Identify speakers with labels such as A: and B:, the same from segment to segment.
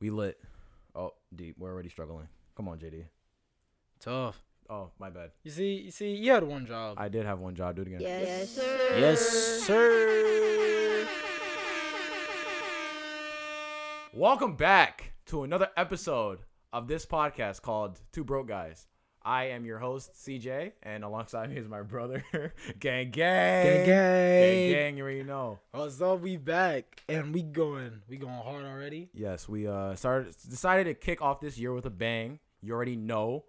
A: We lit. Oh, deep. We're already struggling. Come on, JD.
B: Tough.
A: Oh, my bad.
B: You see, you see, you had one job.
A: I did have one job. Do it again.
C: Yes, sir.
B: yes, sir.
A: Welcome back to another episode of this podcast called Two Broke Guys. I am your host, CJ, and alongside me is my brother, Gang Gang. Gang
B: Gang, gang.
A: Gang, you already know.
B: What's up? We back and we going. We going hard already.
A: Yes, we uh started decided to kick off this year with a bang. You already know.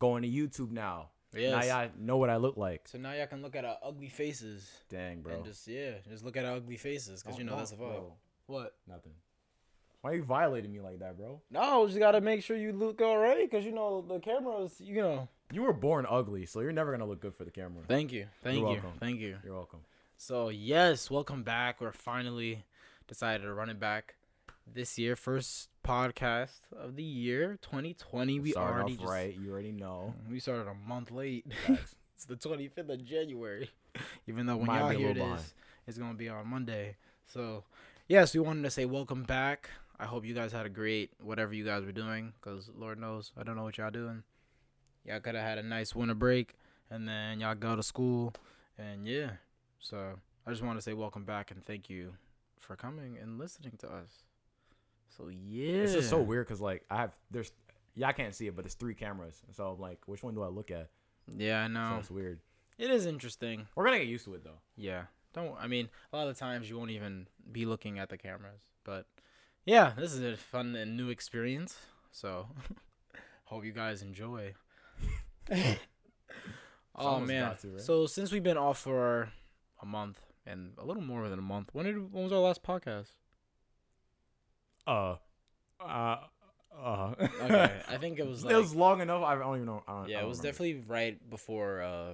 A: Going to YouTube now.
B: Yes.
A: Now y'all know what I look like.
B: So now y'all can look at our ugly faces
A: Dang, bro.
B: and just yeah, just look at our ugly faces because you know
A: Don't-
B: that's the vibe.
A: bro,
B: What?
A: Nothing. Why you violating me like that, bro?
B: No, just gotta make sure you look alright because you know the cameras. You know.
A: You were born ugly, so you're never gonna look good for the camera.
B: Thank you. Thank
A: You're
B: you.
A: welcome.
B: Thank you.
A: You're welcome.
B: So yes, welcome back. We're finally decided to run it back this year. First podcast of the year, 2020. We
A: Started
B: already
A: off
B: just-
A: right. You already know.
B: We started a month late.
A: Facts.
B: it's the 25th of January. Even though when
A: Might
B: y'all
A: be a
B: hear
A: little
B: this, it's gonna be on Monday. So yes, we wanted to say welcome back. I hope you guys had a great whatever you guys were doing, cause Lord knows I don't know what y'all doing. Y'all could have had a nice winter break, and then y'all go to school, and yeah. So I just want to say welcome back and thank you for coming and listening to us. So yeah,
A: It's just so weird because like I have there's yeah I can't see it, but there's three cameras, so I'm like, which one do I look at?
B: Yeah, I
A: So
B: know
A: it's weird.
B: it is interesting.
A: We're gonna get used to it though.
B: Yeah. Don't I mean a lot of times you won't even be looking at the cameras, but yeah, this is a fun and new experience. So hope you guys enjoy. oh
A: Someone's
B: man.
A: got to, right?
B: So since we've been off for a month and a little more than a month, when did when was our last podcast?
A: Uh, uh, uh.
B: Okay. I think it was like
A: it was long enough. I don't even know. I don't, I
B: Yeah, it
A: don't
B: was
A: remember.
B: definitely right before uh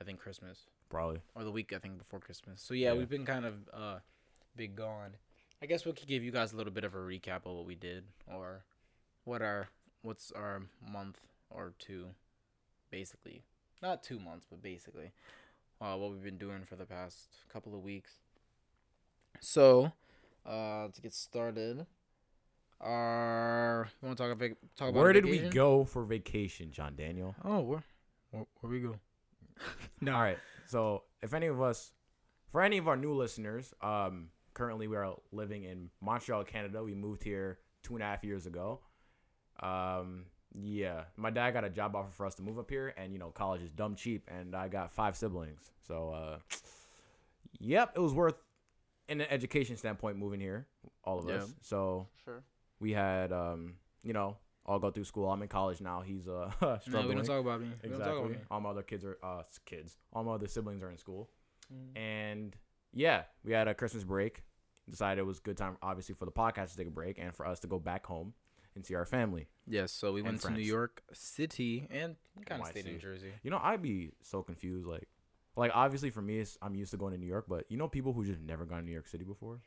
B: I think Christmas.
A: probably.
B: or the week I think before Christmas. So yeah,
A: Yeah.
B: we've been kind of uh big gone. I guess we could give you guys a little bit of a recap of what we did or what our what's our month or two basically. Not 2 months, but basically uh what we've been doing for the past couple of weeks. So, uh to get started, our you want to talk about talk about
A: Where did we
B: vacation?
A: go for vacation, John Daniel?
B: Oh, where where, where we go?
A: No. All right. So if any of us, for any of our new listeners, um, currently we are living in Montreal, Canada. We moved here two and a half years ago. Um, yeah, my dad got a job offer for us to move up here, and you know, college is dumb cheap, and I got five siblings. So, uh, yep, it was worth, in an education standpoint, moving here, all of
B: Yeah.
A: us. So
B: Sure.
A: we had, um, you know, all go through school. I'm in college now. He's uh,
B: No, we
A: struggling.
B: don't talk about me. We don't talk about
A: Exactly.
B: me.
A: All my other kids are uh s- kids. All my other siblings are in school. And yeah, we had a Christmas break. Decided it was a good time obviously for the podcast to take a break and for us to go back home and see our family.
B: Yes, so we went to
A: France.
B: New York City and kind of stayed in
A: NYC.
B: Jersey.
A: You know, I'd be so confused like like obviously for me it's, I'm used to going to New York, but you know people who just never gone to New York City before?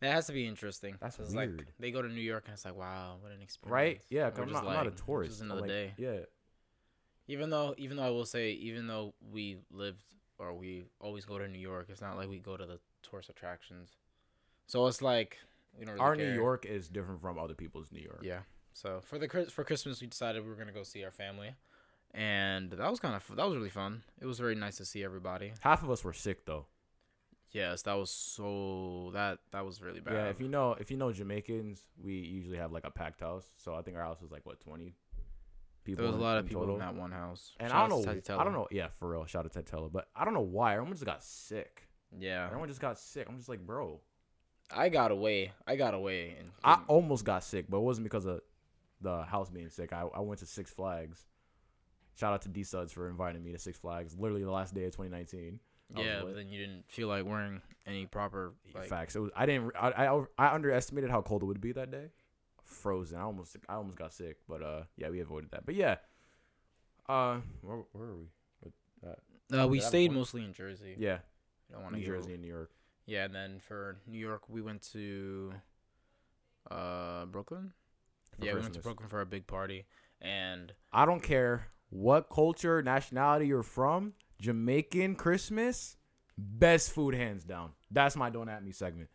B: That has to be interesting.
A: That's
B: 'cause, Like,
A: weird.
B: they go to New York and it's like, wow, what an experience.
A: Right? Yeah,
B: And
A: 'cause
B: we're
A: I'm
B: just
A: not, I'm not a
B: like,
A: tourist.
B: Just
A: I'm
B: another
A: like,
B: day.
A: Yeah.
B: Even though, even though I will say, even though we lived or we always go to New York, it's not like we go to the tourist attractions. So it's like we don't. Really
A: Our
B: care.
A: New York is different from other people's New York.
B: Yeah. So for the Chris- for Christmas, we decided we were gonna go see our family, and that was kind of that was really fun. It was very nice to see everybody.
A: Half of us were sick though.
B: Yes, that was so that that was really bad.
A: Yeah, if you know if you know Jamaicans, we usually have like a packed house. So I think our house was like what twenty people.
B: There was a
A: in-
B: lot of
A: in
B: people
A: total.
B: in that one house.
A: And
B: Shout
A: I
B: outs
A: don't
B: to
A: know,
B: Tati
A: I don't
B: Tello.
A: know. Yeah, for real. Shout out to Tetella, but I don't know why everyone just got sick.
B: Yeah,
A: Everyone just got sick. I'm just like, bro,
B: I got away. I got away. And
A: I almost got sick, but it wasn't because of the house being sick. I, I went to Six Flags. Shout out to D Suds for inviting me to Six Flags. Literally the last day of 2019. I was
B: yeah,
A: lit.
B: but then you didn't feel like wearing any proper like.
A: Facts. It was. I didn't. I, I I underestimated how cold it would be that day. Frozen. I almost. I almost got sick. But uh, yeah, we avoided that. But yeah. Uh, where where are we?
B: Uh, we
A: Is that a
B: stayed
A: point?
B: mostly in Jersey.
A: Yeah,
B: I don't want to
A: New
B: get
A: Jersey and New York.
B: Yeah, and then for New York, we went to uh Brooklyn.
A: for
B: yeah, we went to
A: Christmas.
B: Brooklyn for a big party, and
A: I don't care what culture, nationality you're from. Jamaican Christmas, best food hands down. That's my don't at me segment.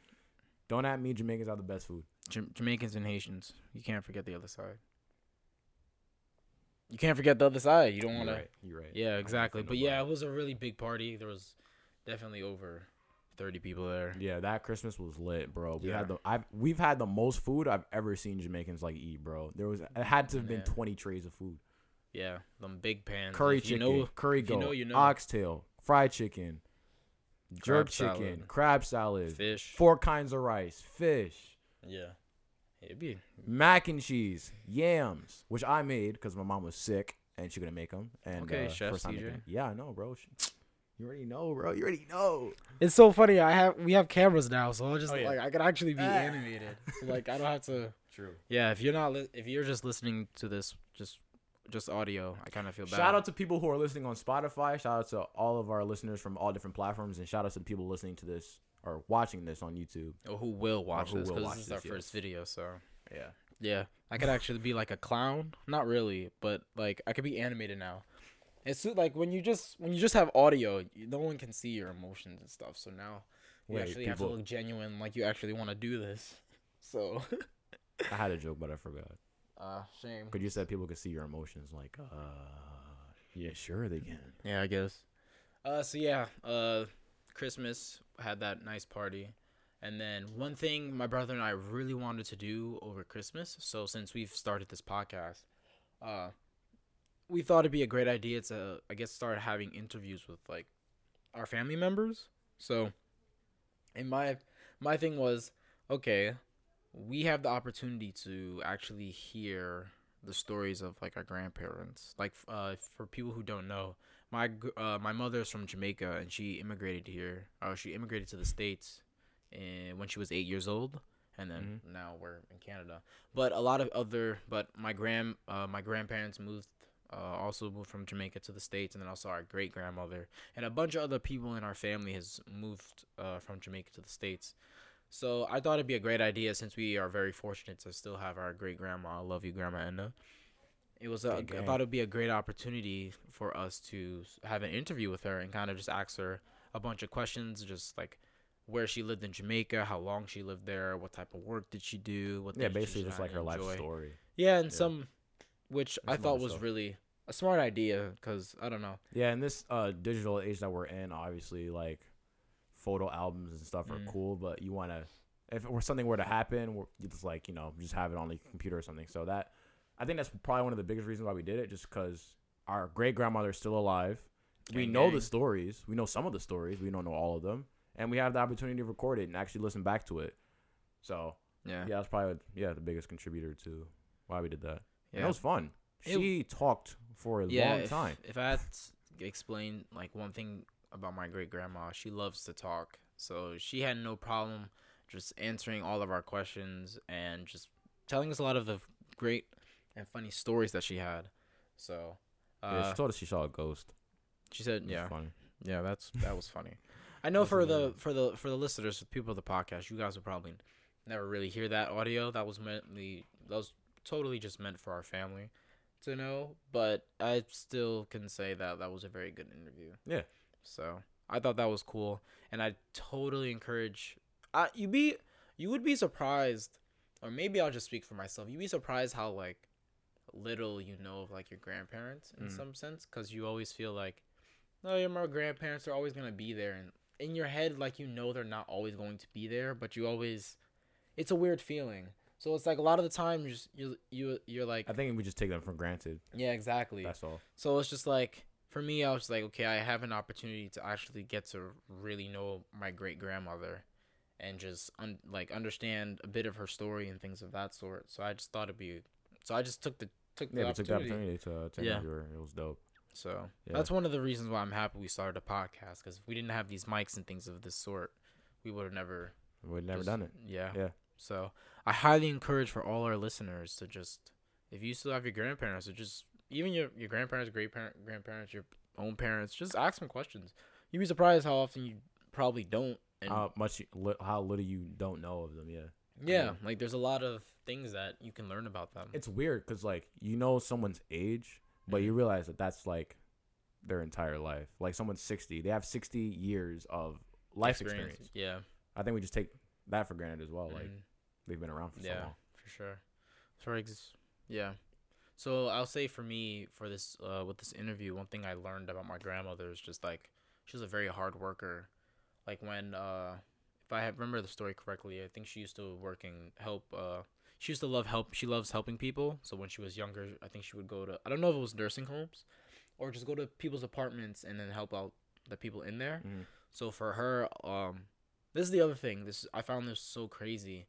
A: Don't at me. Jamaicans are the best food.
B: Jam- Jamaicans and Haitians. You can't forget the other side. You can't forget the other side. You don't
A: You're
B: want to.
A: right. You're right.
B: Yeah, exactly.
A: offend
B: But
A: nobody.
B: yeah, it was a really big party. There was definitely over thirty people there.
A: Yeah, that Christmas was lit, bro. We
B: Yeah.
A: had the I've we've had the most food I've ever seen Jamaicans like eat, bro. There was it had to have been
B: Yeah.
A: twenty trays of food.
B: Yeah, them big pans.
A: Curry
B: If you
A: chicken,
B: know-
A: curry
B: if you
A: goat,
B: know, you know.
A: oxtail, fried chicken, jerk
B: Crab
A: chicken,
B: salad.
A: crab salad,
B: fish.
A: four kinds of rice, fish,
B: Yeah, it'd be
A: mac and cheese, yams, which I made because my mom was sick and she couldn't make them. And
B: Okay,
A: uh,
B: chef
A: first time
B: CJ.
A: making 'em. Yeah, I know, bro. She- You already know, bro. You already know.
B: It's so funny. I have we have cameras now, so I'll just
A: Oh, yeah.
B: like I can actually be
A: Ah.
B: animated. So, like I don't have to.
A: True.
B: Yeah, if you're not li- if you're just listening to this just just audio, I kind of feel bad.
A: Shout out to people who are listening on Spotify. Shout out to all of our listeners from all different platforms, and shout out to people listening to this or watching this on YouTube.
B: or who will watch
A: who
B: this
A: will
B: 'cause
A: watch
B: this is our
A: this,
B: first video. So
A: Yeah.
B: yeah, I could actually be like a clown. Not really, but like I could be animated now. It's so- like when you just when you just have audio, you- no one can see your emotions and stuff. So now you
A: Wait,
B: actually have to
A: people-
B: look genuine, like you actually want to do this. So
A: I had a joke, but I forgot.
B: uh, shame.
A: Because you said people could see your emotions. Like, uh, yeah, sure they can.
B: Yeah, I guess. Uh, so yeah, uh, Christmas had that nice party, and then one thing my brother and I really wanted to do over Christmas. So since we've started this podcast, uh, we thought it'd be a great idea to, I guess, start having interviews with like our family members. So, and my my thing was okay, we have the opportunity to actually hear the stories of like our grandparents. Like uh, for people who don't know, my gr- uh, my mother is from Jamaica and she immigrated here. Oh, she immigrated to the states, and when she was eight years old, and then now we're in Canada. But a lot of other, but my grand uh, my grandparents moved. Uh, also moved from Jamaica to the states, and then also our great grandmother and a bunch of other people in our family has moved uh, from Jamaica to the states. So I thought it'd be a great idea since we are very fortunate to still have our great grandma. I love you, Grandma Edna. It was a,
A: Gang,
B: I
A: gang.
B: thought it'd be a great opportunity for us to s- have an interview with her and kind of just ask her a bunch of questions, just like where she lived in Jamaica, how long she lived there, what type of work did she do, what
A: Yeah,
B: things did
A: basically
B: she
A: just like her
B: kinda
A: life
B: enjoy.
A: story.
B: Yeah, and
A: Yeah.
B: some which I
A: Some
B: thought
A: other
B: was
A: stuff.
B: really a smart idea because I don't know.
A: Yeah, in this uh, digital age that we're in, obviously, like photo albums and stuff
B: Mm.
A: are cool, but you want to, if it were something were to happen, we're, you just like, you know, just have it on the computer or something. So that, I think that's probably one of the biggest reasons why we did it, just because our great grandmother is still alive. we
B: Gang,
A: know
B: gang.
A: the stories. We know some of the stories. We don't know all of them. And we have the opportunity to record it and actually listen back to it. So,
B: Yeah.
A: yeah, that's probably, yeah, the biggest contributor to why we did that. And
B: Yeah.
A: it was fun.
B: It-
A: She talked for a long
B: if,
A: time.
B: If I had to explain like one thing about my great grandma, she loves to talk. So she had no problem just answering all of our questions and just telling us a lot of the great and funny stories that she had. So
A: yeah,
B: uh,
A: she told us she saw a ghost.
B: she
A: It
B: said,
A: was
B: "Yeah,
A: funny.
B: yeah, that's that was funny." I know
A: That's
B: for the
A: hilarious.
B: for the for the listeners, the people of the podcast, you guys will probably never really hear that audio. That was meantly that was totally just meant for our family to know. But I still can say that that was a very good interview.
A: Yeah.
B: So I thought that was cool, and I totally encourage. I you be you would be surprised, or maybe I'll just speak for myself. You'd be surprised how like little you know of like your grandparents in
A: Mm.
B: some sense, because you always feel like, no, your my grandparents are always gonna be there, and in your head like you know they're not always going to be there, but you always, it's a weird feeling. So it's like a lot of the time you just, you you you're like
A: I think we just take them for granted.
B: yeah exactly
A: That's all.
B: so it's just like for me, I was like, okay, I have an opportunity to actually get to really know my great grandmother, and just un- like understand a bit of her story and things of that sort. So I just thought it'd be, so I just took the took the
A: Yeah, we took the
B: opportunity.
A: opportunity to uh, to
B: Yeah.
A: interview her. It was dope.
B: So
A: Yeah.
B: that's one of the reasons why I'm happy we started a podcast because if we didn't have these mics and things of this sort, we would have never
A: We'd never
B: just-
A: done it.
B: Yeah.
A: Yeah.
B: So I highly encourage for all our listeners to just, if you still have your grandparents, or just even your, your grandparents, great parent, grandparents, your own parents, just ask them questions. You'd be surprised how often you probably don't. And
A: How much, you- li- how little you don't know of them. Yeah,
B: yeah, like there's a lot of things that you can learn about them.
A: it's weird because like you know someone's age, but
B: Mm-hmm.
A: you realize that that's like their entire life. Like someone's sixty, they have sixty years of life experience.
B: Yeah.
A: I think we just take that for granted as well. Like
B: Mhm.
A: They've been around for so
B: Yeah.
A: long.
B: for sure. For ex- yeah. So I'll say for me for this uh, with this interview, one thing I learned about my grandmother is just like she was a very hard worker. Like when uh, if I have, remember the story correctly, I think she used to work and help. Uh, she used to love help. She loves helping people. So when she was younger, I think she would go to I don't know if it was nursing homes, or just go to people's apartments and then help out the people in there.
A: Mhm.
B: So for her, um, this is the other thing. This I found this so crazy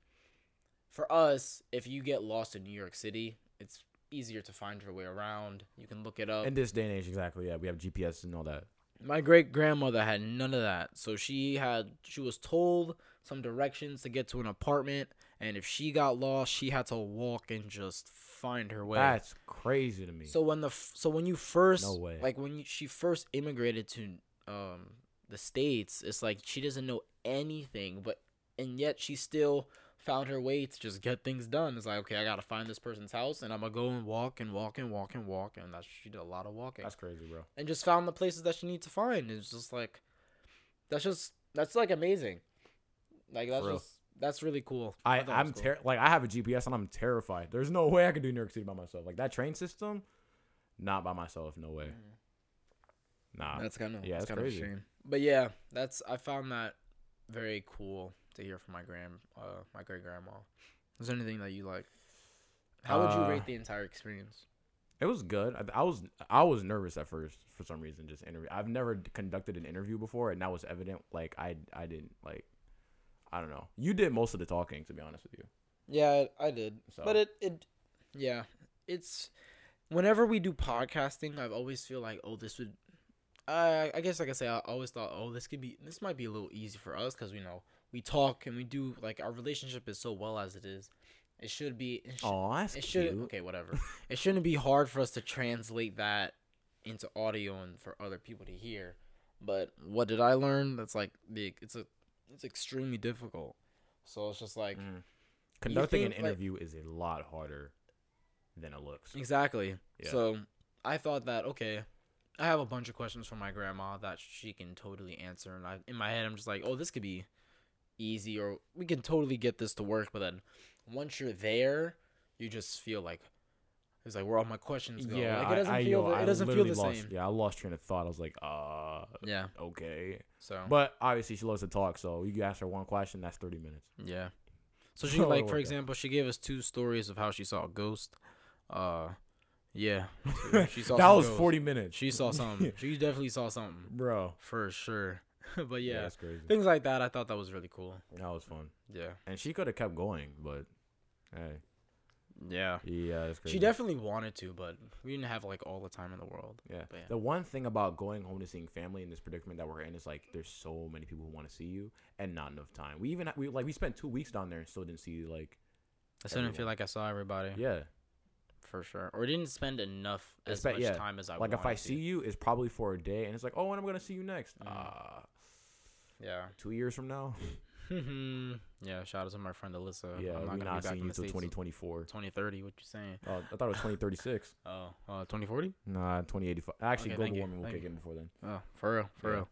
B: for us, if you get lost in New York City, it's easier to find your way around. You can look it up.
A: In this day and age, exactly. Yeah, we have GPS and all that.
B: my great grandmother had none of that. So she had she was told some directions to get to an apartment, and if she got lost, she had to walk and just find her way.
A: That's crazy to me.
B: So when the f- so when you first
A: No way.
B: like when you, she first immigrated to um the states, it's like she doesn't know anything, but and yet she still found her way to just get things done. It's like okay, I gotta find this person's house, and I'm gonna go and walk and walk and walk and walk, and that's she did a lot of walking
A: That's crazy, bro.
B: and just found the places that she needs to find. It's just like that's just that's like amazing. Like that's
A: For real.
B: just that's really cool.
A: I,
B: thought that
A: I'm
B: was cool.
A: ter- like I have a GPS and I'm terrified. There's no way I can do New York City by myself. Like that train system, not by myself. No way.
B: Mm-hmm.
A: Nah.
B: That's kind of
A: Ah, yeah,
B: yeah, that's
A: that's
B: kind
A: crazy.
B: of a shame. But yeah, that's I found that very cool to hear from my grand uh my great grandma. Is there anything that you like? How would
A: Uh,
B: you rate the entire experience?
A: It was good. I, I was I was nervous at first for some reason. Just interview. I've never d- conducted an interview before, and that was evident. Like I I didn't like. I don't know. You did most of the talking, to be honest with you.
B: Yeah, I, I did.
A: So-
B: But it it yeah, it's whenever we do podcasting, I've always feel like oh this would I I guess like I say I always thought oh this could be this might be a little easy for us cuz we know we talk and we do like our relationship is so well as it is. It should be it should,
A: Oh, that's
B: it
A: cute.
B: should okay whatever it shouldn't be hard for us to translate that into audio and for other people to hear but what did i learn that's like the it's a it's extremely difficult so it's just like
A: Mm. Conducting an
B: think, like-
A: interview is a lot harder than it looks.
B: exactly
A: Yeah.
B: so i thought that okay i have a bunch of questions for my grandma that she can totally answer and i in my head i'm just like oh this could be easy or we can totally get this to work but then once you're there you just feel like it's like where all my questions go
A: Yeah,
B: like it doesn't
A: I, I,
B: feel
A: yo,
B: the,
A: I
B: it doesn't feel
A: literally
B: the
A: lost,
B: same
A: Yeah, I lost train of thought. I was like, uh,
B: Yeah.
A: okay.
B: So.
A: But obviously, she loves to talk, so you ask her one question, that's thirty minutes.
B: yeah. So she
A: So,
B: like for
A: okay.
B: example, she gave us two stories of how she saw a ghost. Uh, yeah. so She saw
A: that
B: some
A: was
B: ghosts.
A: forty minutes,
B: She saw something. she definitely saw something
A: bro.
B: for sure. but
A: Yeah,
B: yeah,
A: that's crazy.
B: things like that. I thought that was really cool.
A: That was fun,
B: Yeah.
A: and she could have kept going, but hey,
B: Yeah.
A: yeah, that's crazy.
B: She definitely wanted to, but we didn't have like all the time in the world.
A: Yeah.
B: But yeah.
A: The one thing about going home to seeing family in this predicament that we're in is like there's so many people who want to see you and not enough time. We even we like we spent two weeks down there and still didn't see like
B: I still didn't feel
A: Everyone.
B: like I saw everybody
A: yeah.
B: for sure, or didn't spend enough
A: I
B: as
A: spent-
B: much
A: yeah.
B: time as I
A: like if I
B: wanted to.
A: see you, it's probably for a day and it's like oh when I'm gonna see you next
B: Mm.
A: uh
B: Yeah.
A: two years from now
B: yeah. Shout out to my friend Alyssa.
A: yeah
B: I'm
A: we're
B: not gonna
A: not
B: be back
A: seeing
B: in
A: you
B: the
A: till
B: States
A: 2024.
B: 2030 what you saying
A: Oh, I thought it was 2036.
B: oh uh 2040
A: nah, 2085. Actually,
B: Okay, thank
A: global
B: you,
A: warming will
B: thank
A: kick
B: you.
A: in before then.
B: oh for real for
A: Yeah.
B: real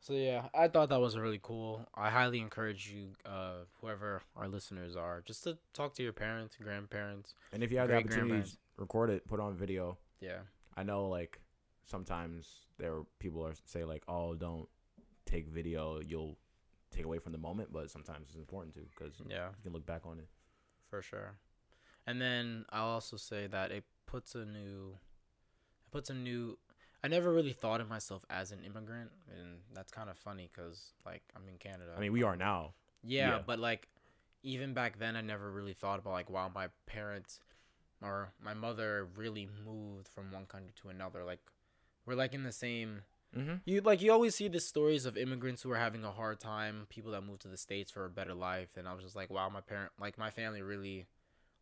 B: so yeah i thought that was really cool i highly encourage you uh whoever our listeners are just to talk to your parents grandparents
A: And if you have the
B: Great
A: opportunity,
B: grandparents.
A: record it, put it on video.
B: yeah
A: I know like sometimes there are people are say like, "Oh, don't take video. You'll take away from the moment." But sometimes it's important to because you
B: yeah
A: can look back on it.
B: for sure and then i'll also say that it puts a new it puts a new i never really thought of myself as an immigrant and that's kind of funny because like i'm in canada
A: I mean, we are now.
B: Yeah,
A: Yeah.
B: but like even back then I never really thought about like wow my parents or my mother really moved from one country to another. Like we're like in the same
A: Mm-hmm.
B: you like you always see the stories of immigrants who are having a hard time, people that moved to the states for a better life and I was just like wow my parent like my family really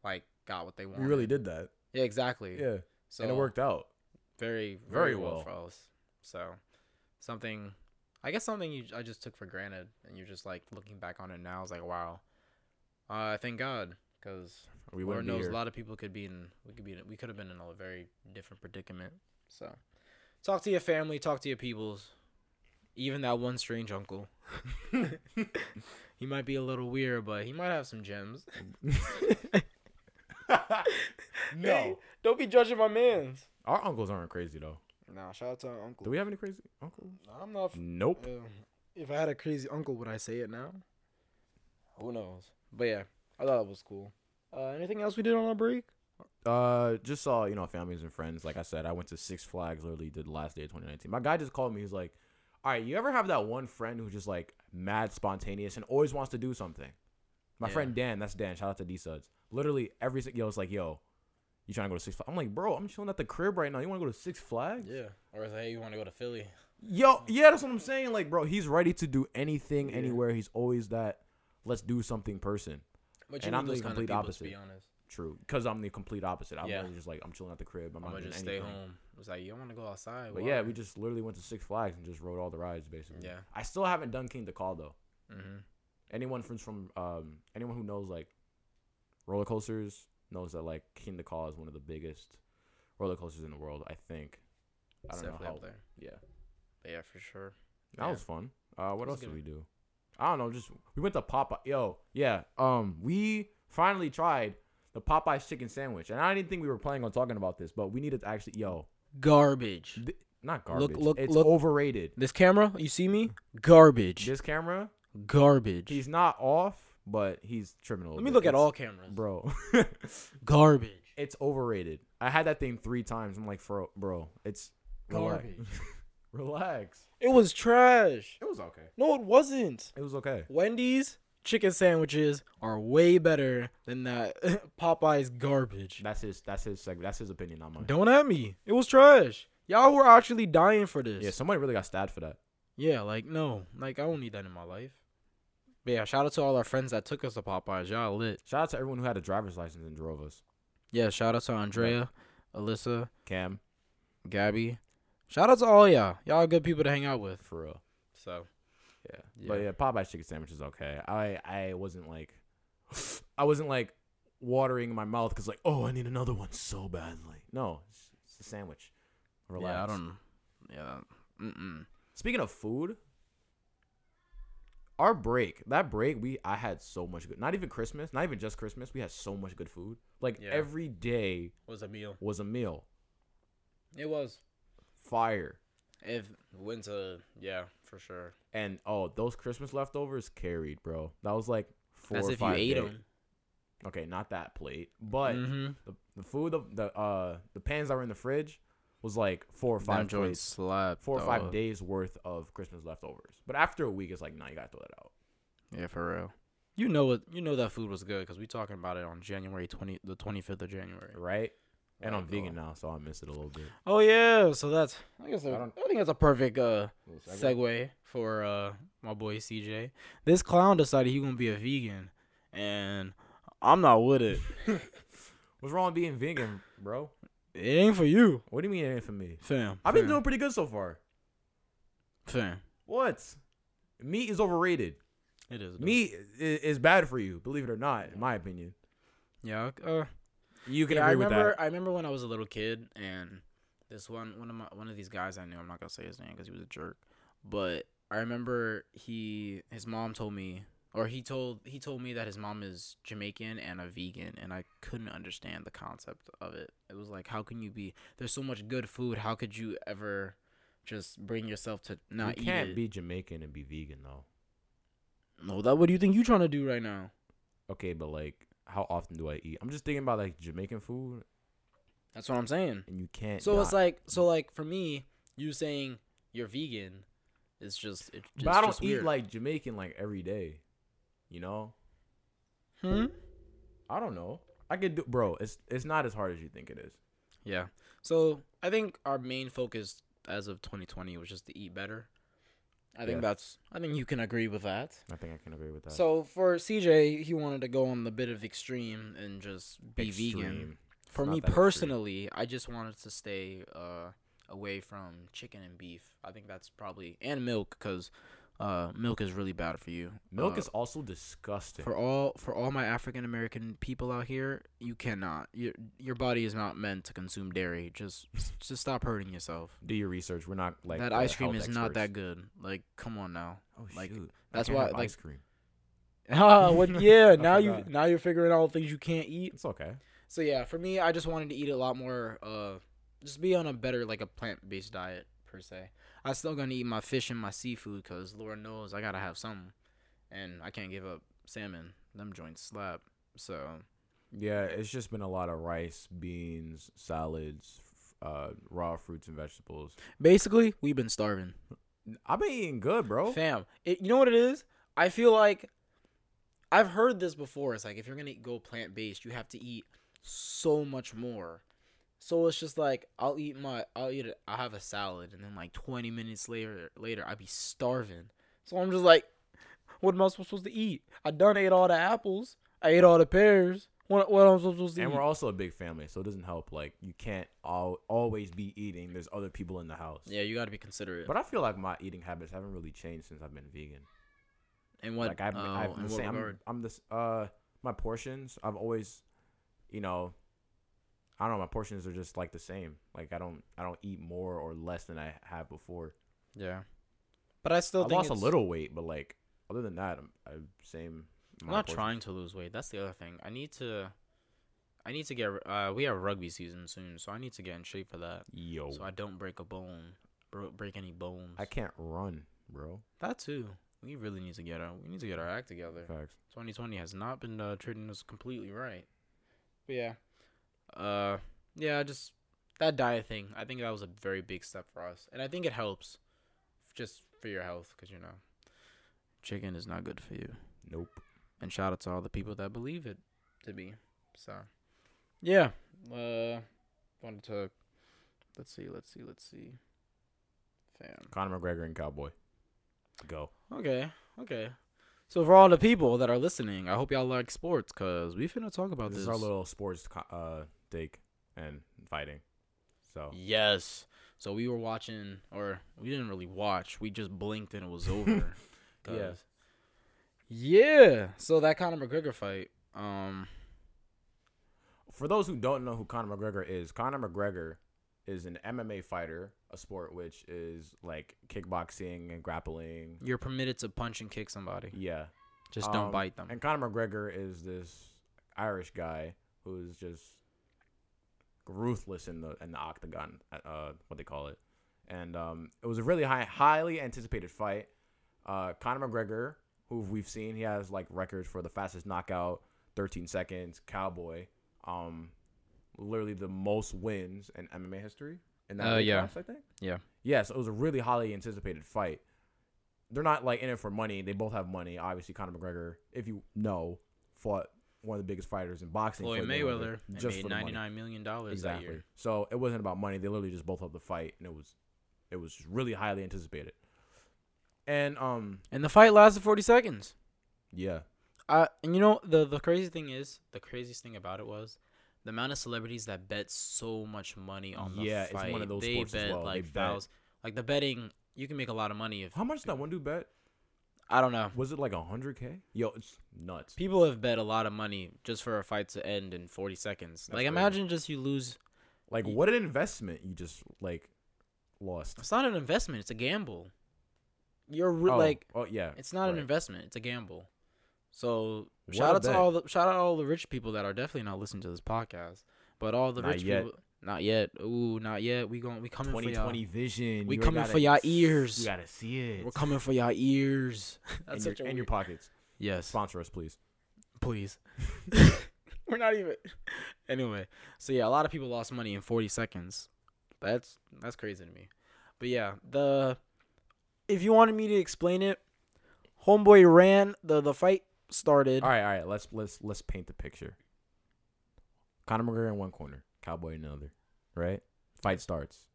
B: like got what they wanted.
A: We really did that.
B: Yeah, exactly.
A: Yeah,
B: So
A: and it worked out.
B: very
A: Very
B: very, well.
A: well.
B: for us. So something, I guess something you I just took for granted, and you're just like looking back on it now. It's like wow, uh, thank God, because
A: We
B: Lord
A: wouldn't be
B: knows
A: here.
B: a lot of people could be in we could be in, we could have been in a very different predicament. So talk to your family, talk to your peoples, Even that one strange uncle. he might be a little weird, but he might have some gems.
A: no,
B: Don't be judging my man's.
A: our uncles aren't crazy though.
B: Nah, shout out to our uncle.
A: Do we have any crazy uncles?
B: I'm not.
A: Nope.
B: Um, if I had a crazy uncle, would I say it now? Who knows? But yeah, I thought it was cool. Uh, anything else we did on our break?
A: Uh, just saw you know families and friends. Like I said, I went to Six Flags literally the last day of 2019. My guy just called me. He's like, "All right, you ever have that one friend who's just like mad spontaneous and always wants to do something?" My
B: Yeah.
A: friend Dan, that's Dan. Shout out to D Suds. Literally every si- yo, it's like yo, you trying to go to Six Flags? I'm like, bro, I'm chilling at the crib right now. You want to go to Six Flags?
B: Yeah. Or is hey, you want to go to Philly?
A: Yo, yeah, that's what I'm saying. Like, bro, he's ready to do anything,
B: Yeah.
A: anywhere. He's always that let's do something person.
B: But
A: And
B: need
A: I'm the
B: those kind of
A: complete
B: people,
A: opposite.
B: To be honest,
A: True, because I'm the complete opposite. I'm
B: Yeah.
A: literally just like I'm chilling at the crib. I'm,
B: I'm
A: not
B: gonna
A: doing
B: just
A: anything.
B: stay home. It's like you don't want to go outside.
A: But
B: why?
A: yeah, we just literally went to Six Flags and just rode all the rides basically.
B: Yeah.
A: I still haven't done King the Call though.
B: hmm
A: Anyone from from um anyone who knows like roller coasters knows that like King the Call is one of the biggest roller coasters in the world. I think. I
B: It's
A: don't know
B: definitely
A: how.
B: up there.
A: Yeah,
B: But yeah, for sure.
A: that
B: Yeah.
A: was fun. Uh, what
B: It was
A: else did
B: good.
A: we do? I don't know. Just we went to Popeye. Yo, yeah. Um, we finally tried the Popeye's chicken sandwich, and I didn't think we were planning on talking about this, but we needed to actually. Yo,
B: Garbage.
A: th- not garbage.
B: look,
A: it's
B: look.
A: overrated.
B: This camera, you see me? Garbage.
A: This camera,
B: Garbage.
A: He's not off, but he's trimming a little
B: Let me
A: bit.
B: look at
A: It's-
B: all cameras.
A: bro.
B: Garbage.
A: it's overrated. I had that thing three times. I'm like, bro, bro, it's relax.
B: Garbage.
A: relax.
B: It was trash.
A: It was okay.
B: No, it wasn't.
A: It was okay.
B: Wendy's chicken sandwiches are way better than that Popeye's garbage.
A: That's his. That's his. Seg- that's his opinion, not mine.
B: Don't at me. It was trash. Y'all were actually dying for this.
A: Yeah, somebody really got stabbed for that.
B: Yeah, like no, like I don't need that in my life. But yeah, shout out to all our friends that took us to Popeyes. Y'all lit.
A: Shout out to everyone who had a driver's license and drove us.
B: Yeah, shout out to Andrea, Alyssa,
A: Cam,
B: Gabby. Shout out to all y'all. Y'all good people to hang out with.
A: for real.
B: So
A: Yeah.
B: Yeah.
A: But yeah, Popeye's chicken sandwich is okay. I I wasn't like, I wasn't like watering in my mouth because like, oh, I need another one so badly. No, it's, it's a sandwich. Relax.
B: yeah, I don't. Yeah. Mm-mm.
A: Speaking of food, our break, that break, we I had so much good. Not even Christmas, not even just Christmas. We had so much good food. Like
B: Yeah.
A: every day
B: Was a meal.
A: was a meal.
B: It was.
A: Fire.
B: If went to yeah for sure.
A: And oh, those Christmas leftovers carried, bro. That was like four
B: That's
A: or
B: if you
A: five
B: ate
A: days.
B: them.
A: Okay, not that plate, but
B: mm-hmm.
A: the, the food, the, the uh the pans that were in the fridge was like four or five plates,
B: slapped.
A: four or five
B: dog.
A: days worth of Christmas leftovers. But after a week, it's like, nah, you gotta throw that out.
B: Yeah, for real. You know what? You know that food was good because we talking about it on January twenty, the twenty fifth of January.
A: right? And I'm
B: Like,
A: vegan
B: uh,
A: now, so I miss it a little bit.
B: Oh yeah, so that's. I guess
A: I
B: I,
A: don't-
B: I think that's a perfect uh segue for uh my boy CJ. This clown decided he gonna be a vegan, and I'm not with it.
A: What's wrong with being vegan, bro?
B: it ain't for you,
A: What do you mean it ain't for me?
B: fam.
A: I've been
B: fam,
A: doing pretty good so far.
B: fam.
A: What? Meat is overrated.
B: It is dope.
A: Meat i- is bad for you, believe it or not, in my opinion.
B: Yeah. Uh,
A: You can agree
B: yeah, I
A: with
B: remember,
A: that.
B: I remember when I was a little kid, and this one one of my one of these guys I knew. I'm not gonna say his name because he was a jerk, but I remember he his mom told me, or he told he told me that his mom is Jamaican and a vegan, and I couldn't understand the concept of it. It was like, how can you be? There's so much good food. How could you ever just bring yourself to not
A: you
B: eat
A: can't
B: it?
A: be Jamaican and be vegan though.
B: no, that. What do you think you trying to do right now?
A: Okay, but like, how often do I eat? I'm just thinking about like Jamaican food,
B: That's what I'm saying.
A: and you can't.
B: So it's
A: not.
B: like, so like for me, you saying you're vegan, it's just, it, it's
A: but I don't
B: just
A: eat
B: weird.
A: like Jamaican like every day. You know,
B: hmm?
A: I don't know. I could do, bro. It's it's not as hard as you think it is.
B: Yeah. So I think our main focus as of 2020 was just to eat better. I think
A: Yeah.
B: that's, I think you can agree with that.
A: I think I can agree with that.
B: So for CJ, he wanted to go on the bit of extreme and just be vegan.
A: Extreme.
B: For
A: not
B: me
A: that extreme.
B: personally, I just wanted to stay uh, away from chicken and beef. I think that's probably and milk because uh, milk is really bad for you.
A: Milk
B: Uh,
A: is also disgusting.
B: for all for all my African American people out here. You cannot. Your your body is not meant to consume dairy. Just just stop hurting yourself.
A: Do your research. We're not like
B: that
A: the
B: ice cream
A: health
B: is not that
A: experts.
B: good. Like, come on now.
A: Oh
B: Like,
A: shoot! I
B: that's
A: can't
B: why,
A: have
B: like-
A: ice cream.
B: Ah, what? Yeah.
A: I
B: now you
A: forgot.
B: now you're figuring out things you can't eat.
A: It's okay.
B: So yeah, for me, I just wanted to eat a lot more. Uh, just be on a better like a plant based diet per se. I still gonna eat my fish and my seafood because Lord knows I gotta have some, and I can't give up salmon. Them joints slap. So
A: Yeah, it's just been a lot of rice, beans, salads, f- uh, raw fruits and vegetables.
B: basically, we've been starving.
A: I've been eating good, bro.
B: Fam, it, you know what it is? I feel like I've heard this before. It's like if you're gonna go plant based, you have to eat so much more. So it's just like I'll eat my I'll eat it I'll have a salad and then like 20 minutes later later I'd be starving. So I'm just like, what am I supposed to eat? I done ate all the apples. I ate all the pears. What what am I supposed to
A: And
B: eat?
A: we're also a big family, so it doesn't help. Like you can't all, always be eating. There's other people in the house.
B: yeah, you got to be considerate.
A: But I feel like my eating habits haven't really changed since I've been vegan.
B: and what
A: like I've,
B: oh,
A: I've
B: in
A: been
B: what
A: saying, I'm,
B: regard?
A: I'm this uh my portions. I've always, you know, I don't know. My portions are just like the same. Like I don't I don't eat more or less than I have before.
B: yeah. But I still
A: I
B: think
A: lost a
B: it's-
A: little weight, but like other than that, I'm, I'm same.
B: I'm
A: amount
B: not
A: of portions.
B: trying to lose weight. That's the other thing. I need to. I need to get. Uh, we have rugby season soon, so I need to get in shape for that.
A: Yo,
B: So I don't break a bone, bro- break any bones.
A: Oh. I can't run, bro.
B: that too. We really need to get our. We need to get our act together.
A: Facts.
B: 2020 has not been uh, treating us completely right. But yeah. Uh, yeah. I Just that diet thing. I think that was a very big step for us, and I think it helps, just for your health, because you know, chicken is not good for you
A: Nope.
B: and shout out to all the people that believe it to be. So, yeah, uh, wanted to let's see, let's see, let's see, fam.
A: Conor McGregor and Cowboy. Go.
B: Okay, okay. So for all the people that are listening, I hope y'all like sports, cause we finna talk about
A: this,
B: this.
A: is our little sports co- uh take and fighting. So
B: yes. So we were watching, or we didn't really watch. We just blinked and it was over.
A: Yeah.
B: 'Cause- Yeah. So that Conor McGregor fight. Um.
A: for those who don't know who Conor McGregor is, Conor McGregor is an MMA fighter, a sport which is like kickboxing and grappling.
B: You're permitted to punch and kick somebody.
A: Yeah.
B: Just don't
A: Um,
B: bite them.
A: And Conor McGregor is this Irish guy who's just ruthless in the in the octagon, uh, what they call it. And um, it was a really high, highly anticipated fight. Uh, Conor McGregor, who we've seen, he has like records for the fastest knockout, 13 seconds, cowboy. Um, literally the most wins in MMA history. In
B: Uh,
A: weight
B: yeah.
A: class, I think.
B: Yeah.
A: Yeah, so it was a really highly anticipated fight. They're not like in it for money. They both have money. Obviously, Conor McGregor, if you know, fought one of the biggest fighters in boxing.
B: Floyd
A: for the money,
B: Mayweather and
A: just
B: made
A: for the money.
B: ninety nine million dollars that
A: Exactly.
B: year.
A: So it wasn't about money. They literally just both have the fight, and it was, it was just really highly anticipated. And um,
B: And the fight lasted forty seconds.
A: yeah,
B: Uh, and you know the the crazy thing is the craziest thing about it was the amount of celebrities that bet so much money on the
A: Yeah,
B: yeah,
A: it's
B: fight.
A: one of those
B: they
A: sports as
B: bet
A: well. They
B: like
A: bet.
B: thousands. Like the betting, you can make a lot of money if
A: how much did that one dude bet?
B: I don't know.
A: Was it like hundred k? Yo, it's nuts.
B: People have bet a lot of money just for a fight to end in forty seconds. like
A: crazy.
B: imagine just you lose.
A: Like, what an investment you just like lost.
B: It's not an investment. It's a gamble. You're re-
A: Oh,
B: like
A: oh yeah,
B: It's not an
A: right.
B: investment. It's a gamble. So
A: What
B: shout
A: a
B: out
A: bet.
B: to all the shout out all the rich people that are definitely not listening to this podcast. But all the
A: Not
B: rich
A: yet.
B: people, not yet. Ooh, not yet. We going we coming for y'all.
A: 2020 vision.
B: We
A: You
B: coming
A: gotta-
B: for y'all ears.
A: You gotta see it.
B: We're coming for y'all ears.
A: in, your, in your pockets.
B: yes,
A: Sponsor us, please.
B: please. We're not even. Anyway, so yeah, a lot of people lost money in 40 seconds. That's that's crazy to me. But yeah, the if you wanted me to explain it, homeboy ran the the fight started.
A: All right, all right. Let's let's let's paint the picture. Conor McGregor in one corner, Cowboy in another. Right? Fight starts.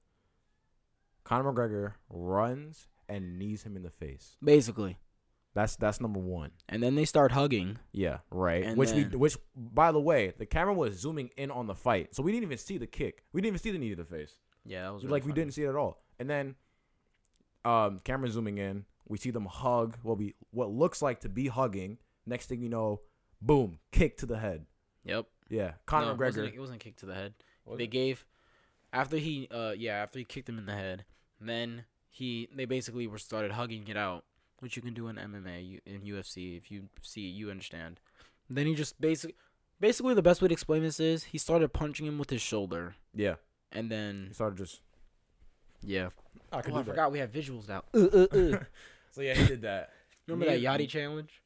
A: Conor McGregor runs and knees him in the face.
B: basically.
A: That's that's number one.
B: And then they start hugging.
A: Yeah, right.
B: And
A: which we
B: then-
A: which by the way, the camera was zooming in on the fight, so we didn't even see the kick. We didn't even see the knee to the face.
B: Yeah, that was
A: like we didn't see it at all. And then um camera zooming in, We see them hug what we what looks like to be hugging. Next thing you know, boom, kick to the head.
B: Yep.
A: Yeah, Conor
B: No, it wasn't-
A: McGregor.
B: It wasn't kicked to the head.
A: Was
B: they
A: it?
B: gave after he uh yeah after he kicked him in the head then he they basically were started hugging it out which you can do in mma you- in ufc if you see you understand then he just basically basically the best way to explain this is he started punching him with his shoulder
A: Yeah,
B: and
A: he
B: then
A: started just.
B: yeah
A: I
B: oh, i forgot we have visuals now
A: Uh, so yeah, he did that.
B: remember that
A: Needed-
B: yachty challenge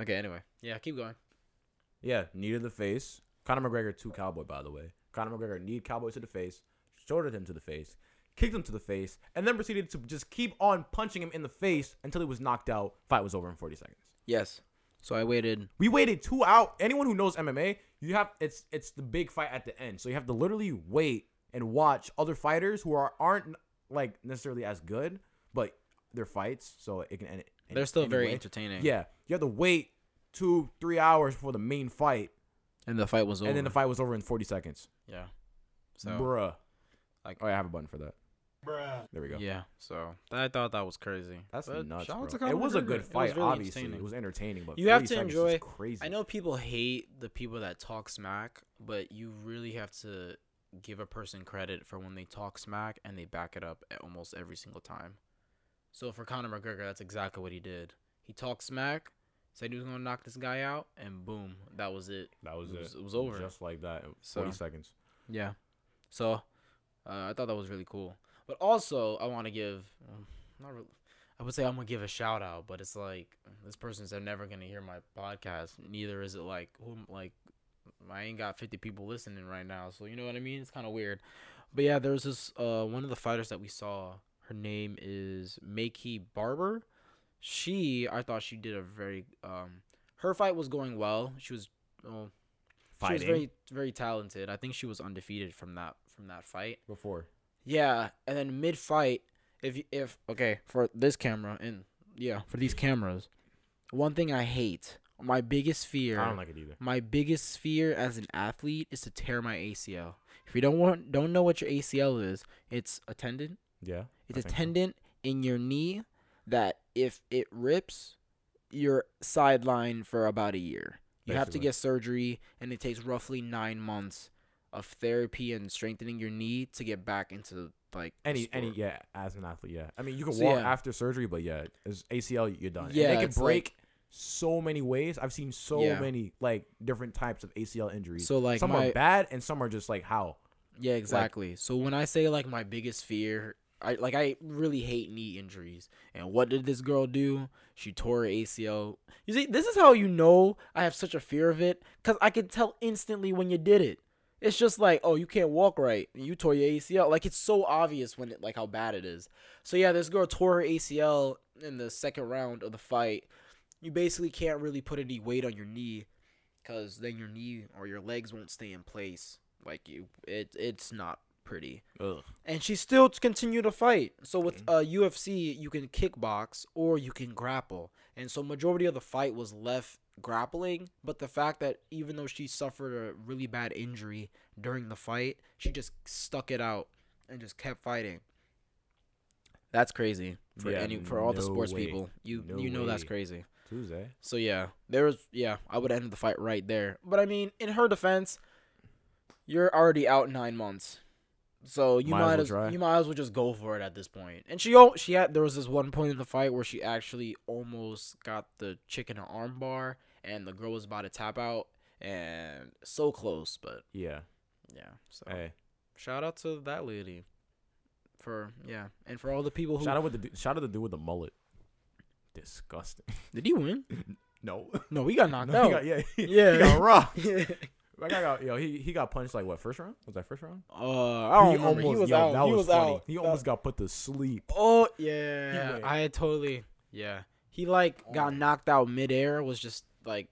B: okay anyway yeah keep going
A: Yeah, knee to the face. Conor McGregor to Cowboy, by the way. Conor McGregor knee Cowboy to the face, shouldered him to the face, kicked him to the face, and then proceeded to just keep on punching him in the face until he was knocked out. Fight was over in 40 seconds.
B: yes so i waited
A: We waited two out. Anyone who knows MMA, you have it's it's the big fight at the end, so you have to literally wait and watch other fighters who are aren't like necessarily as good, but their fights, so it can end. in
B: they're still
A: any
B: very
A: way.
B: entertaining
A: Yeah, you have to wait two three hours before the main fight,
B: and the fight was over
A: and then the fight was over in 40 seconds.
B: yeah so
A: Bruh.
B: like-
A: oh, yeah, I have a button for that. Bruh. There we go.
B: Yeah, so I thought that was crazy.
A: That's
B: But
A: nuts.
B: shout out
A: bro.
B: to Conor
A: it was a
B: McGregor.
A: good
B: It was
A: fight,
B: really
A: obviously.
B: entertaining.
A: It was entertaining, but
B: You have
A: 40
B: to
A: seconds is
B: enjoy-
A: Crazy.
B: I know people hate the people that talk smack, but you really have to give a person credit for when they talk smack and they back it up at almost every single time. So for Conor McGregor, that's exactly what he did. He talked smack, said he was gonna knock this guy out, and boom, that was it.
A: That was
B: It
A: it.
B: was- it was over.
A: Just like that. in
B: So-
A: 40 seconds.
B: Yeah. So, uh, I thought that was really cool. But also, I want to give, um, not really, I would say I'm gonna give a shout out, but it's like this person's they're never gonna hear my podcast. Neither is it like who am- like I ain't got 50 people listening right now, so you know what I mean. It's kind of weird. But yeah, there's this uh one of the fighters that we saw. Her name is Makey Barber. She, I thought she did a very um, her fight was going well. She was well,
A: Fighting
B: she was very very talented. I think she was undefeated from that from that fight.
A: before.
B: Yeah, and then mid fight, if you- if okay for this camera and yeah for these cameras, one thing I hate, my biggest fear,
A: I don't like it either.
B: my biggest fear as an athlete is to tear my ACL. If you don't want don't know what your ACL is, it's a tendon.
A: Yeah.
B: It's
A: I
B: a
A: think so.
B: tendon in your knee that if it rips, you're sidelined for about a year. You have to
A: Basically.
B: get surgery, and it takes roughly nine months of therapy and strengthening your knee to get back into like the
A: Any, any,
B: sport.
A: yeah, as an athlete, yeah. I mean, you can
B: So,
A: walk
B: yeah.
A: after surgery, but yeah, it's ACL, you're done.
B: Yeah,
A: And they
B: it's
A: can
B: like-
A: break so many ways. I've seen so
B: Yeah.
A: many, like, different types of ACL injuries.
B: So like
A: some
B: my
A: are bad and some are just like, how?
B: Yeah, exactly. so when I say like my biggest fear, I like I really hate knee injuries. And what did this girl do? She tore her ACL. You see, this is how you know I have such a fear of it cuz I can tell instantly when you did it. It's just like, oh, you can't walk right. You tore your ACL. Like it's so obvious when it, like how bad it is. So yeah, this girl tore her ACL in the second round of the fight. You basically can't really put any weight on your knee because then your knee or your legs won't stay in place. Like you, it it's not pretty.
A: Ugh.
B: And she still t- continued to fight. So with uh, UFC, you can kickbox or you can grapple. And so majority of the fight was left grappling. But the fact that even though she suffered a really bad injury during the fight, she just stuck it out and just kept fighting. That's crazy for
A: Yeah,
B: any for all the
A: no
B: sports
A: way.
B: people. You
A: No
B: you know that's
A: way.
B: crazy.
A: Tuesday.
B: So yeah, there was yeah, I would end the fight right there. But I mean, in her defense, you're already out nine months, so you
A: Might
B: might,
A: as well
B: as,
A: try.
B: you might as well just go for it at this point. And she al- she had there was this one point in the fight where she actually almost got the chick in an arm bar, and the girl was about to tap out, and so close, but
A: Yeah.
B: yeah. So
A: Hey.
B: shout out to that lady for yeah, and for all the people who
A: Shout out with the du- shout out the dude with the mullet. Disgusting.
B: did he win?
A: No.
B: No, we got knocked
A: No, he
B: out.
A: got, yeah, he,
B: Yeah.
A: he got rocked. That guy got, yo, he, he got punched like what first round? Was that first round?
B: Uh, I don't
A: he
B: remember. he was
A: yo,
B: out.
A: That
B: he
A: was,
B: was,
A: funny.
B: out.
A: He
B: That-
A: almost got put to sleep.
B: Oh yeah, Oh,
A: went.
B: I totally. Yeah, he like got knocked out midair. Was just like,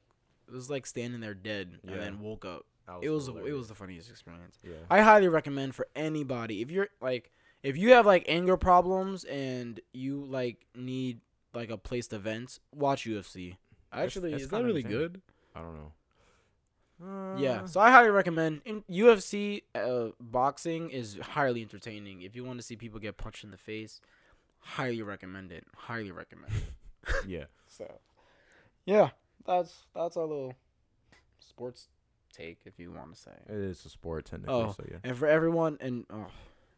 B: it was like standing there dead,
A: Yeah.
B: and then woke up.
A: That
B: it was it
A: hilarious.
B: was the funniest experience.
A: yeah.
B: I highly recommend for anybody if you're like if you have like anger problems and you like need like a place to vent, watch UFC.
A: That's-
B: Actually,
A: that's
B: is that
A: kinda
B: really
A: entertaining.
B: good?
A: I don't know. Uh,
B: Yeah, so I highly recommend in UFC uh, boxing is highly entertaining. If you want to see people get punched in the face, highly recommend it. Highly recommend it.
A: yeah.
B: So, yeah, that's that's our little sports take, if you want to say.
A: It is a sport technically,
B: Oh.
A: so yeah.
B: And for everyone, and oh,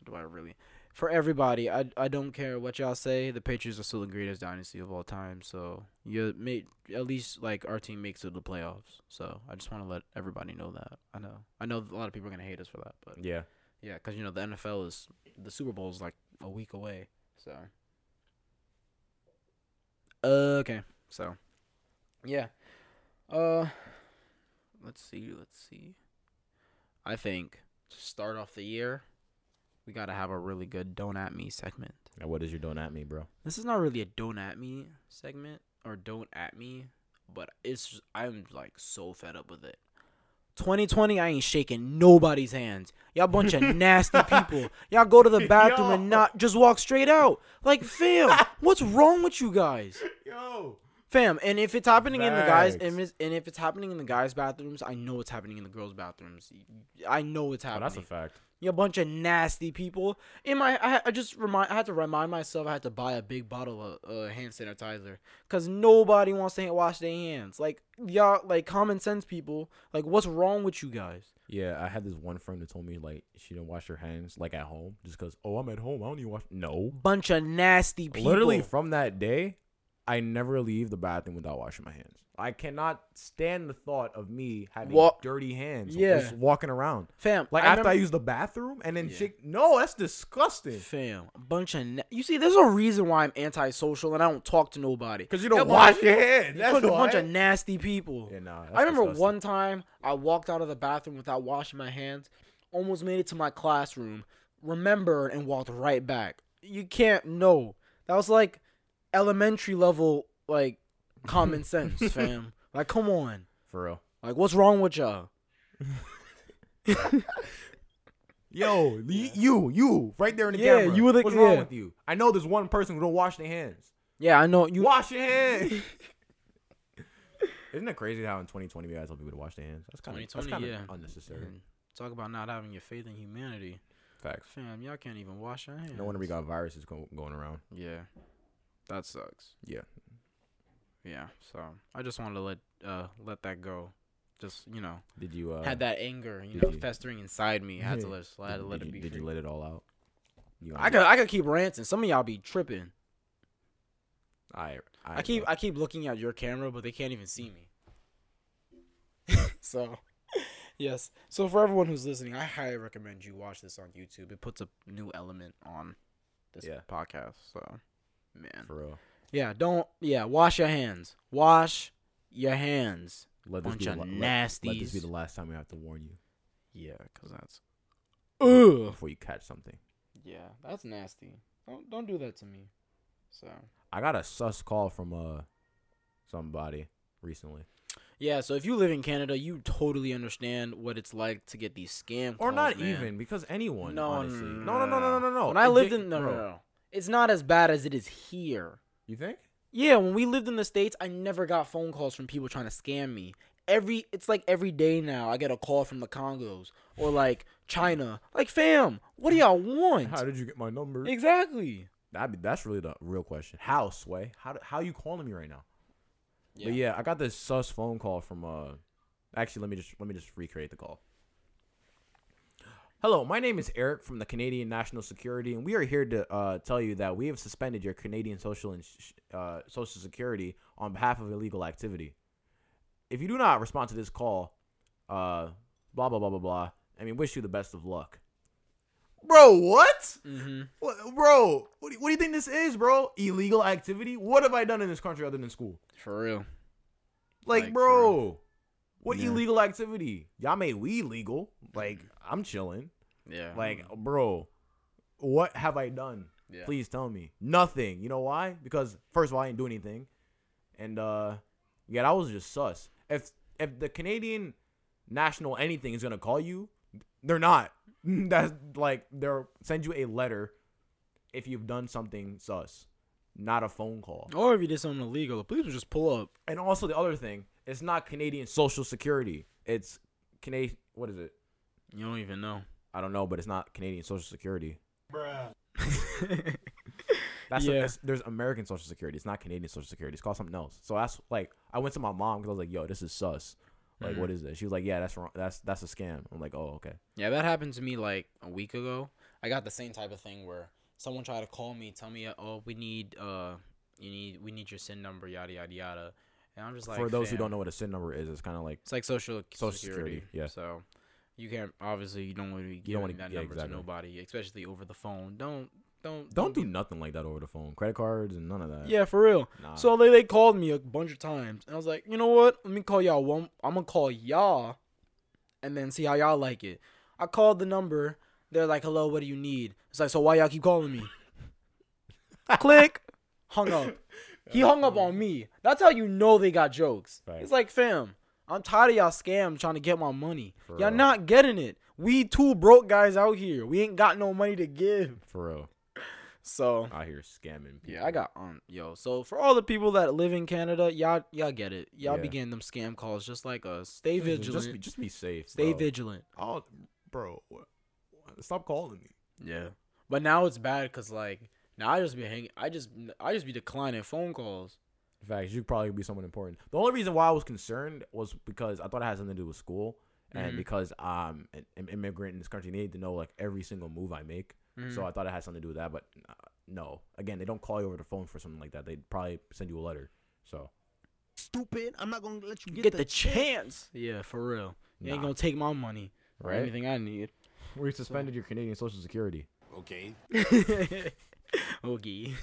B: do I really? For everybody, I, I don't care what y'all say. The Patriots are still the greatest dynasty of all time. So you made at least like our team makes it to the playoffs. So I just want to let everybody know that. I know I know a lot of people are gonna hate us for that, but
A: Yeah.
B: yeah, because you know the NFL is the Super Bowl is like a week away. So okay, so yeah, uh, let's see, let's see. I think to start off the year, we gotta have a really good "Don't at Me" segment.
A: And what is you doing at me, bro?
B: This is not really a "Don't at Me" segment or "Don't at Me," but it's just, I'm like so fed up with it. 2020, I ain't shaking nobody's hands. Y'all bunch of nasty people. Y'all go to the bathroom and
A: Yo.
B: not just walk straight out. Like, fam, what's wrong with you guys?
A: Yo.
B: Fam, and if it's happening in the guys,
A: Facts.
B: and, it's, and if it's happening in the guys' bathrooms, I know it's happening in the girls' bathrooms. I know it's
A: Oh,
B: happening.
A: that's a fact.
B: you bunch of nasty people. In my, I, I just remind, I had to remind myself I had to buy a big bottle of uh, hand sanitizer because nobody wants to hand- wash their hands. Like y'all, like common sense people. Like, what's wrong with you guys?
A: Yeah, I had this one friend that told me like she didn't wash her hands like at home just because. Oh, I'm at home. I don't need to wash. No.
B: Bunch of nasty people.
A: Literally from that day, I never leave the bathroom without washing my hands. I cannot stand the thought of me having
B: Wa-
A: dirty hands.
B: Yeah.
A: Just walking around.
B: fam.
A: Like
B: I
A: after I
B: remember-
A: use the bathroom and then
B: Yeah.
A: shake. No, that's disgusting.
B: fam, bunch of. Na- you see, there's a reason why I'm antisocial and I don't talk to nobody.
A: Cause you don't
B: Yeah, but-
A: wash your hands.
B: You
A: That's
B: put a bunch
A: why.
B: of nasty people.
A: Yeah, nah,
B: I
A: that's
B: remember
A: disgusting.
B: one time I walked out of the bathroom without washing my hands, almost made it to my classroom, remembered, and walked right back. You can't know. That was like elementary level, like common sense, fam. Like, come on.
A: for real.
B: Like, what's wrong with y'all?
A: Yo, y- you, you, right there in the
B: Yeah,
A: camera.
B: you were the-
A: What's wrong
B: yeah.
A: with you? I know there's one person who don't wash their hands.
B: Yeah, I know you.
A: Wash your hands. Isn't it crazy how in 2020 we gotta tell people to wash their hands? That's kind of that's
B: 2020,
A: kind of
B: yeah.
A: unnecessary.
B: Man, Talk about not having your faith in humanity,
A: Facts.
B: fam. Y'all can't even wash your hands.
A: No wonder we got viruses go- going around.
B: Yeah, that sucks.
A: Yeah.
B: Yeah. So I just wanted to let uh let that go. Just you know,
A: Did you uh?
B: had that anger, you
A: did
B: know,
A: you-
B: festering inside me. I had to
A: Yeah.
B: let it slide, I had to
A: did,
B: let
A: did
B: it
A: you-
B: be.
A: Did
B: free.
A: you let it all out? You
B: I could I could keep ranting. Some of y'all be tripping.
A: I, I,
B: I keep I keep looking at your camera, but they can't even see me. so, yes. So for everyone who's listening, I highly recommend you watch this on YouTube. It puts a new element on this
A: Yeah.
B: podcast. So, man.
A: for real.
B: Yeah, don't. Yeah, wash your hands. Wash your hands.
A: Let this, be
B: Bunch
A: the,
B: of
A: la- let, let this be
B: nasties.
A: the last time we have to warn you
B: Yeah, cause that's. Ugh.
A: before you catch something.
B: Yeah, that's nasty. Don't don't do that to me. So.
A: I got a sus call from uh somebody recently.
B: Yeah, so if you live in Canada, you totally understand what it's like to get these scam
A: or
B: calls,
A: not
B: man.
A: even because anyone.
B: No,
A: honestly. no, no, no, no, no, no.
B: When I
A: Addic-
B: lived in no, no,
A: bro,
B: no, no. it's not as bad as it is here.
A: You think?
B: Yeah, when we lived in the states, I never got phone calls from people trying to scam me. Every it's like every day now, I get a call from the Congos or like China. Like, fam, what do y'all want?
A: did you get my number?
B: Exactly.
A: That'd be, that's really the real question. How sway? How do, how you calling me right now? But yeah, I got this sus phone call from uh actually let me just let me just recreate the call. Hello, my name is Eric from the Canadian National Security, and we are here to uh, tell you that we have suspended your Canadian social and uh, social security on behalf of illegal activity. If you do not respond to this call, uh, blah blah blah blah blah. I mean, wish you the best of luck. Bro, what?
B: Mm-hmm.
A: What, bro, what do, you, what do you think this is, bro? Illegal activity? What have I done in this country other than school?
B: For real.
A: Like,
B: Like, for
A: bro, what
B: Yeah.
A: illegal activity? Y'all made weed legal. Like, I'm chilling.
B: Yeah.
A: Like, bro, what have I done?
B: yeah.
A: Please tell me. Nothing. You know why? Because first of all, I didn't do anything, and uh, yeah, that was just sus. If if the Canadian national anything is gonna call you, they're not. That's like they're send you a letter if you've done something sus, not a phone call.
B: Or if you did something illegal, please just pull up.
A: And also the other thing, it's not Canadian social security. It's Canadian. What is it?
B: You don't even know.
A: I don't know, but it's not Canadian social security. That's
B: Yeah.
A: yeah. there's American Social Security. It's not Canadian Social Security. It's called something else. So that's like I went to my mom because I was like, "Yo, this is sus. Like,
B: Mm.
A: what is this?" She was like, "Yeah, that's wrong. That's that's a scam." I'm like, "Oh, okay."
B: Yeah, that happened to me like a week ago. I got the same type of thing where someone tried to call me, tell me, "Oh, we need uh, you need we need your sin number, yada yada yada," and I'm just like,
A: For those who
B: "Fam,
A: don't know what a SIN number is, it's kind of like
B: it's like social
A: Social
B: security,
A: Security, yeah.
B: So you can't obviously you don't want to be
A: don't
B: giving
A: wanna-
B: that
A: yeah,
B: number
A: exactly.
B: to nobody, especially over the phone. Don't don't
A: don't do
B: be-
A: nothing like that over the phone. Credit cards and none of that.
B: yeah, for real.
A: Nah.
B: So they, they called me a bunch of times, and I was like, you know what? Let me call y'all one. I'm gonna call y'all, and then see how y'all like it. I called the number. They're like, hello, what do you need? It's like, so why y'all keep calling me? Click, hung up. He hung up on me. That's how you know they got jokes.
A: Right.
B: It's like, fam, I'm tired of y'all scam trying to get my money.
A: For
B: y'all
A: real.
B: not getting it. We two broke guys out here. We ain't got no money to give.
A: for real,
B: So
A: out here scamming. People.
B: yeah, I got um yo. So for all the people that live in Canada, y'all y'all get it. Y'all
A: Yeah.
B: be getting them scam calls just like us. Stay
A: Just-
B: vigilant.
A: Just be, just be safe.
B: Stay
A: bro.
B: vigilant.
A: I'll, bro, what- what- stop calling me.
B: Yeah. But now it's bad cuz like now I just be hanging I just I just be declining phone calls.
A: In fact, you probably be someone important. The only reason why I was concerned was because I thought it had something to do with school, and
B: Mhm.
A: because I'm an, an immigrant in this country, they need to know like every single move I make. So
B: Mm.
A: I thought it had something to do with that, but uh, no. Again, they don't call you over the phone for something like that. They would probably send you a letter. So
C: Stupid. I'm not gonna let you
B: get,
C: get,
B: the, chance. Yeah, for real. You ain't
A: Nah.
B: going to take my money or
A: Right?
B: anything I need.
A: we suspended your Canadian Social Security.
C: Okay.
B: okay.
A: we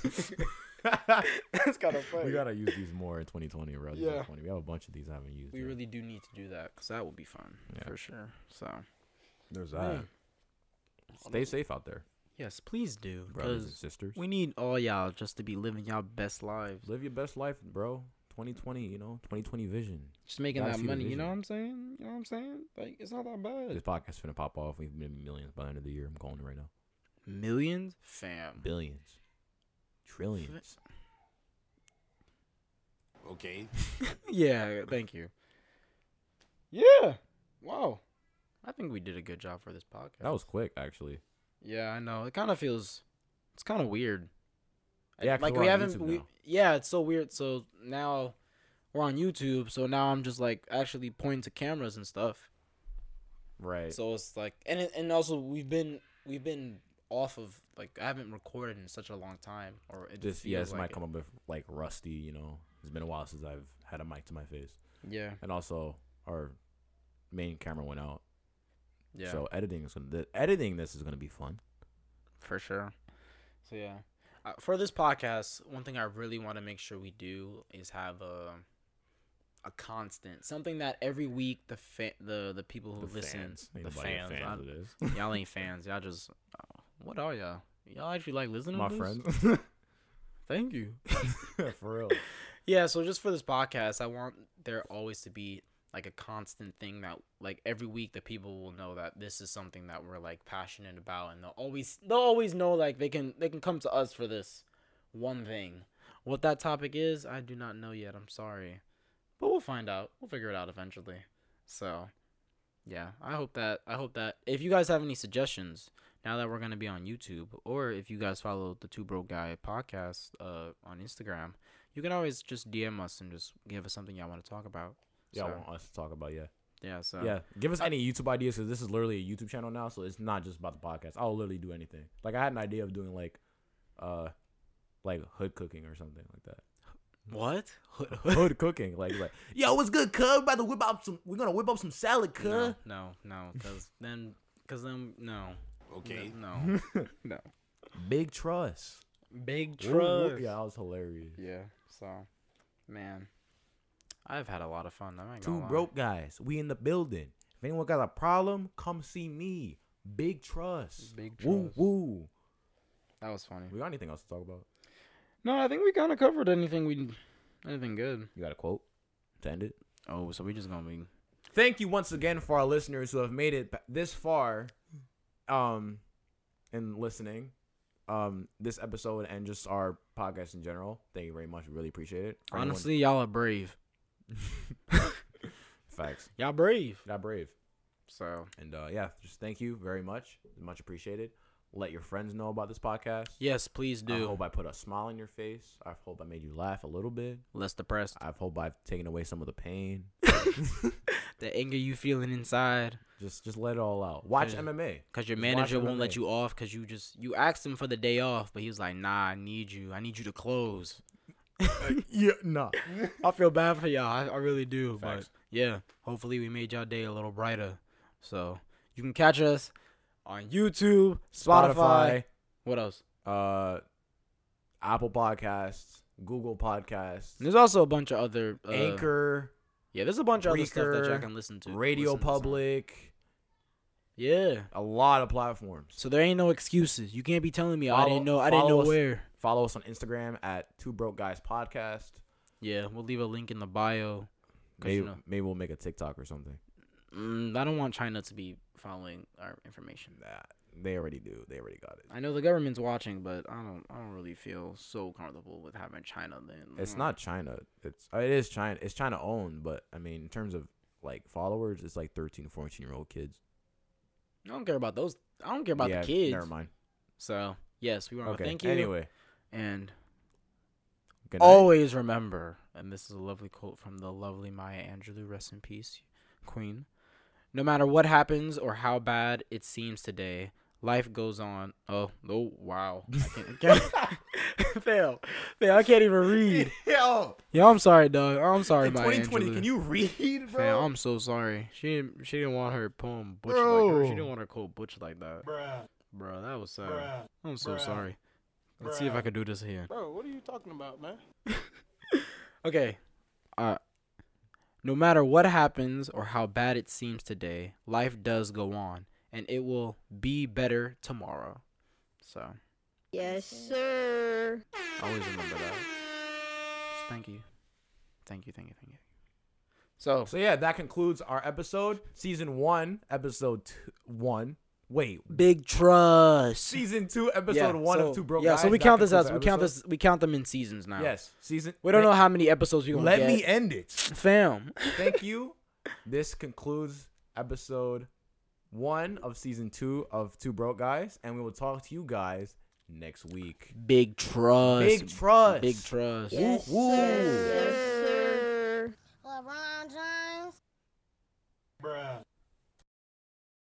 B: That's kind of funny.
A: gotta use these more in 2020, bro.
B: Yeah.
A: Yeah. We have a bunch of these I haven't used.
B: we
A: yet.
B: really do need to do that cuz that will be fun
A: Yeah.
B: for sure. So
A: There's that.
B: Man.
A: Stay safe out there,
B: yes, please do
A: brothers and
B: cuz
A: sisters.
B: We need all y'all just to be living y'all best lives.
A: Live your best life, bro. 2020, you know, 2020 vision.
B: Just making
A: Gotta
B: that
A: see the
B: money. You know what
A: vision.
B: I'm saying? You know what I'm saying? Like it's not that
A: This
B: bad.
A: podcast finna pop off. We've been millions by the end of the year. I'm calling it right now.
B: Mm-hmm. Millions, fam.
A: Billions, trillions.
C: Okay.
B: yeah, thank you. Yeah. Wow. I think we did a good job for this podcast.
A: That was quick, actually.
B: Yeah, I know. It kind of feels it's kind of weird.
A: Yeah, 'cause
B: like
A: we're
B: we
A: on
B: haven't
A: YouTube
B: we,
A: now.
B: Yeah, it's so weird. So now we're on YouTube, so now I'm just like actually pointing to cameras and stuff.
A: Right.
B: So it's like, and it- and also we've been we've been off of like I haven't recorded in such a long time, or it
A: this
B: feels
A: yeah, this
B: like
A: might
B: it.
A: come up with like rusty. You know, it's been a while since I've had a mic to my face,
B: Yeah,
A: and also our main camera went out.
B: yeah,
A: So editing is gonna the, editing this is gonna be fun.
B: for sure. So yeah, uh, for this podcast, one thing I really want to make sure we do is have a a constant something that every week the fa- the the people who listen
A: Ain't
B: the
A: nobody a
B: fans,
A: fan
B: I-
A: of this.
B: y'all ain't fans y'all just uh, what are y'all y'all actually like listening
A: My
B: to this?
A: friends,
B: thank you
A: for real.
B: Yeah, so just for this podcast, I want there always to be like a constant thing that like every week the people will know that this is something that we're like passionate about and they'll always they'll always know like they can they can come to us for this one thing. What that topic is, I do not know yet. I'm sorry. But we'll find out. We'll figure it out eventually. So, yeah, I hope that I hope that if you guys have any suggestions now that we're going to be on YouTube or if you guys follow the Two Broke Guy podcast uh on Instagram, you can always just DM us and just give us something y'all want to talk about.
A: Yeah, I
B: So,
A: want us to talk about yeah.
B: yeah, so
A: Yeah, give us any YouTube ideas because this is literally a YouTube channel now, so it's not just about the podcast. I'll literally do anything. Like I had an idea of doing like, uh, like hood cooking or something like that.
B: What?
A: Hood cooking, like like yo, what's good, cub? About to whip up some. We're gonna whip up some salad,
B: no,
A: cub.
B: no, no, cuz then cuz then no.
C: Okay.
B: No. no.
A: Big trust.
B: Big
A: Whoop, whoop.
B: trust.
A: Yeah, that was hilarious.
B: Yeah. So, man, I've had a lot of fun. I'm not gonna
A: Two
B: lie.
A: broke guys. We in the building. If anyone got a problem, come see me. Big trust.
B: Big
A: Woo
B: trust.
A: woo.
B: That was funny.
A: We got anything else to talk about?
B: No, I think we kind of covered anything we, anything good.
A: You got a quote to end it?
B: Oh, so we just gonna be.
A: thank you once again for our listeners who have made it ba- this far um in listening um this episode and just our podcast in general thank you very much we really appreciate it For anyone-
B: Honestly, y'all are brave.
A: facts
B: Y'all brave.
A: not brave
B: So
A: and uh yeah just thank you very much much appreciated Let your friends know about this podcast.
B: Yes, please
A: I
B: do.
A: hope I put a smile on your face. I hope I made you laugh a little bit.
B: Less depressed.
A: I hope I've taken away some of the pain.
B: The anger you feeling inside
A: Just just let it all out. Watch
B: Cause-
A: MMA.
B: because your
A: Just watch
B: manager won't
A: MMA.
B: let you off because you just you asked him for the day off, but he was like, "Nah, I need you. I need you to close."
A: yeah, no.
B: I feel bad for y'all. I, I really do.
A: Facts.
B: But yeah, hopefully we made y'all day a little brighter. So you can catch us on YouTube, Spotify.
A: Spotify,
B: What else?
A: uh, Apple Podcasts, Google Podcasts,
B: There's also a bunch of other uh,
A: Anchor,
B: Yeah, there's a bunch of other stuff that y'all
A: Breaker,
B: can listen to.
A: Radio
B: listen to some.
A: Public,
B: Yeah.
A: a lot of platforms.
B: So there ain't no excuses. You can't be telling me I
A: Follow-
B: didn't know. I didn't
A: follow
B: know
A: us.
B: where.
A: Follow us on Instagram at Two Broke Guys Podcast.
B: Yeah, we'll leave a link in the bio. 'Cause,
A: Maybe,
B: you know-
A: maybe we'll make a TikTok or something.
B: Mm, I don't want China to be following our information.
A: Nah, they already do. They already got it.
B: I know the government's watching, but I don't. I don't really feel so comfortable with having China. Then
A: It's
B: Mm.
A: not China. It's uh, it is China. It's China owned, but I mean in terms of like followers, it's like 13, 14 year old kids.
B: I don't care about those. I don't care about
A: Yeah,
B: the kids.
A: Never mind.
B: So yes, we want
A: Okay.
B: to thank you.
A: Anyway,
B: and
A: good night.
B: always remember, and this is a lovely quote from the lovely Maya Angelou, rest in peace, Queen. No matter what happens or how bad it seems today, life goes on. Oh, oh wow. I can't, I can't- fail. Fail. I can't even read.
A: Yo,
B: Yo, I'm sorry, dog. I'm sorry, Maya Angelou.
A: you read,
B: Fam, I'm so sorry. She didn't, she didn't want her poem butch like her. She didn't want her quote butch like that.
C: Bruh,
B: Bro, that was sad.
C: bruh.
B: I'm so
C: Bruh.
B: sorry. Let's see if I could do this here.
C: Bro, what are you talking about, man?
B: Okay. Uh no matter what happens or how bad it seems today, life does go on and it will be better tomorrow. So,
D: Yes, sir.
B: always remember that. So thank you. Thank you, thank you, thank you. So,
A: So yeah, that concludes our episode, season one, episode two, one. Wait,
B: big trust.
A: season two, episode one of Two Broke
B: Yeah,
A: Guys.
B: so we
A: That
B: count this
A: concludes
B: as
A: our
B: we count
A: episode.
B: this we count them in seasons now.
A: Yes, season.
B: We don't
A: Hey,
B: know how many episodes we're gonna
A: Let
B: get.
A: me end it.
B: fam.
A: Thank you. This concludes episode one of season two of Two Broke Guys, and we will talk to you guys next week.
B: Big trust.
A: Big trust.
B: Big trust.
D: Yes,
A: Woo, woo.
D: sir.